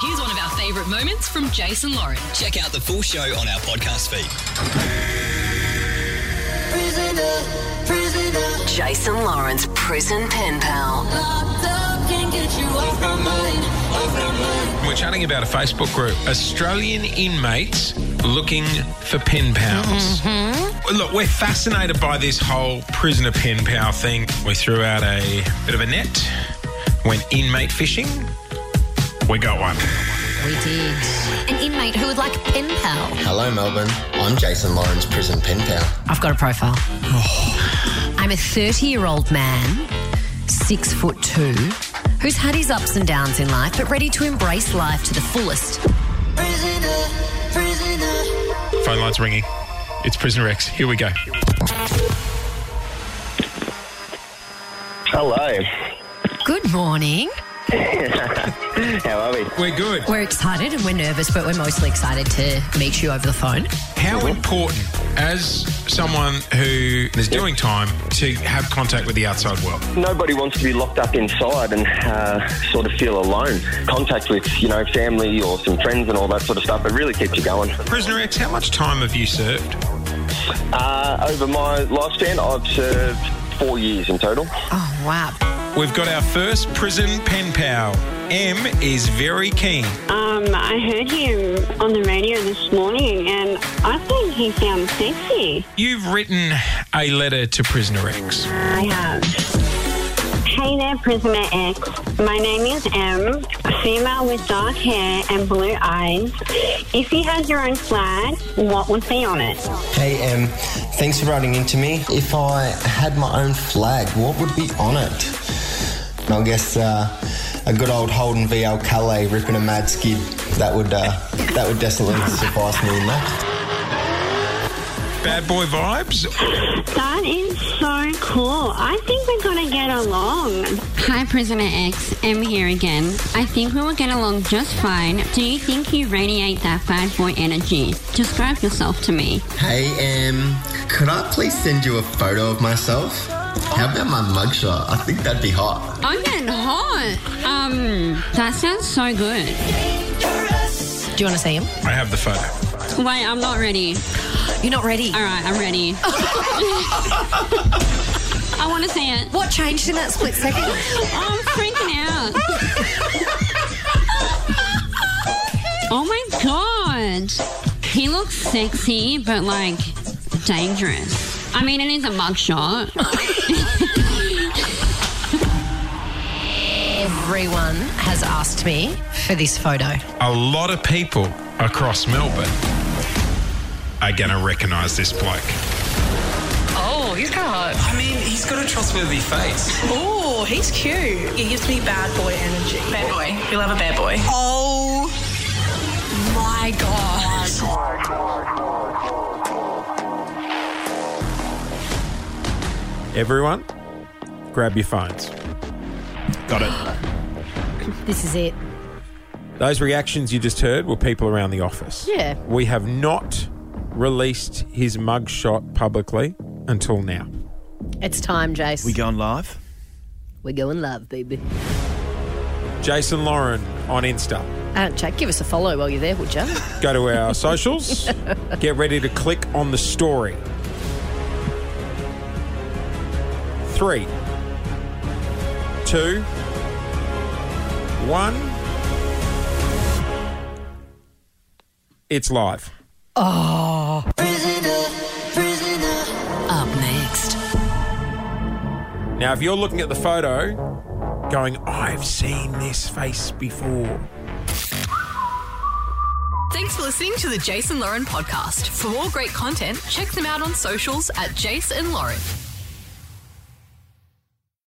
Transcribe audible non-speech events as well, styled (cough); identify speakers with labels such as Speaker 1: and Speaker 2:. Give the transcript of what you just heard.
Speaker 1: Here's one of our favourite moments from Jason Lauren.
Speaker 2: Check out the full show on our podcast feed.
Speaker 3: Prisoner, prisoner,
Speaker 1: Jason Lauren's Prison Pen Pal.
Speaker 3: locked up, can't get you off my mind, off my mind.
Speaker 4: We're chatting about a Facebook group Australian inmates looking for pen pals. Look, we're fascinated by this whole prisoner pen pal thing. We threw out a bit of a net, went inmate fishing. We got one.
Speaker 5: We did.
Speaker 1: An inmate who would like a pen pal.
Speaker 6: Hello, Melbourne. I'm Jason Lawrence, prison pen pal.
Speaker 5: I've got a profile. I'm a 30 year old man, six foot two, who's had his ups and downs in life, but ready to embrace life to the fullest.
Speaker 3: Prisoner, prisoner.
Speaker 4: Phone line's ringing. It's Prisoner X. Here we go.
Speaker 7: Hello.
Speaker 5: Good morning.
Speaker 7: How are we?
Speaker 4: We're good.
Speaker 5: We're excited and we're nervous, but we're mostly excited to meet you over the phone.
Speaker 4: How important, as someone who is doing time, to have contact with the outside world?
Speaker 7: Nobody wants to be locked up inside and uh, sort of feel alone. Contact with, you know, family or some friends and all that sort of stuff, it really keeps you going.
Speaker 4: Prisoner X, how much time have you served?
Speaker 7: Uh, over my lifespan, I've served four years in total.
Speaker 5: Oh, wow.
Speaker 4: We've got our first prison pen pal. M is very keen.
Speaker 8: Um, I heard him on the radio this morning, and I think he sounds sexy.
Speaker 4: You've written a letter to Prisoner X.
Speaker 8: I have. Hey there, Prisoner X. My name is M, a female with dark hair and blue eyes. If you had your own flag, what would be on it?
Speaker 6: Hey, Em. Thanks for writing in to me. If I had my own flag, what would be on it? I guess uh, a good old Holden VL Calais ripping a mad skid. That would uh, that would (laughs) definitely suffice me in that.
Speaker 4: Bad boy vibes?
Speaker 8: That is so cool. I think we're gonna get along. Hi, Prisoner X. M here again. I think we will get along just fine. Do you think you radiate that bad boy energy? Describe yourself to me.
Speaker 6: Hey, Em. Could I please send you a photo of myself? How about my mugshot? I think that'd be hot.
Speaker 8: I'm getting hot. Um, that sounds so good.
Speaker 5: Do you want to see him?
Speaker 4: I have the photo.
Speaker 8: Wait, I'm not ready.
Speaker 5: You're not ready.
Speaker 8: All right, I'm ready. I want to see it. Oh,
Speaker 5: What changed in that split second?
Speaker 8: I'm freaking out. oh my god. He looks sexy, but like dangerous. I mean, it is a mugshot.
Speaker 5: Everyone has asked me for this photo.
Speaker 4: A lot of people across Melbourne are going to recognise this bloke.
Speaker 9: Oh, he's kind of hot.
Speaker 2: I mean, he's got a trustworthy face.
Speaker 9: Oh, he's cute. He gives me bad boy energy. Bad boy. We love a bad boy. Oh my god.
Speaker 4: Everyone, grab your phones. Got it.
Speaker 5: This is it.
Speaker 4: Those reactions you just heard were people around the office.
Speaker 5: Yeah.
Speaker 4: We have not released his mugshot publicly until now.
Speaker 5: It's time, Jace.
Speaker 10: We going live?
Speaker 5: We're going live, baby.
Speaker 4: Jason Lauren on Insta.
Speaker 5: Uh, Jake, give us a follow while you're there, would you?
Speaker 4: Go to our socials. Get ready to click on the story. Three, two, one. It's live.
Speaker 3: Prisoner, prisoner.
Speaker 1: Up next.
Speaker 4: Now, if you're looking at the photo, going, I've seen this face before.
Speaker 1: Thanks for listening to the Jason Lauren podcast. For more great content, check them out on socials at Jason Lauren.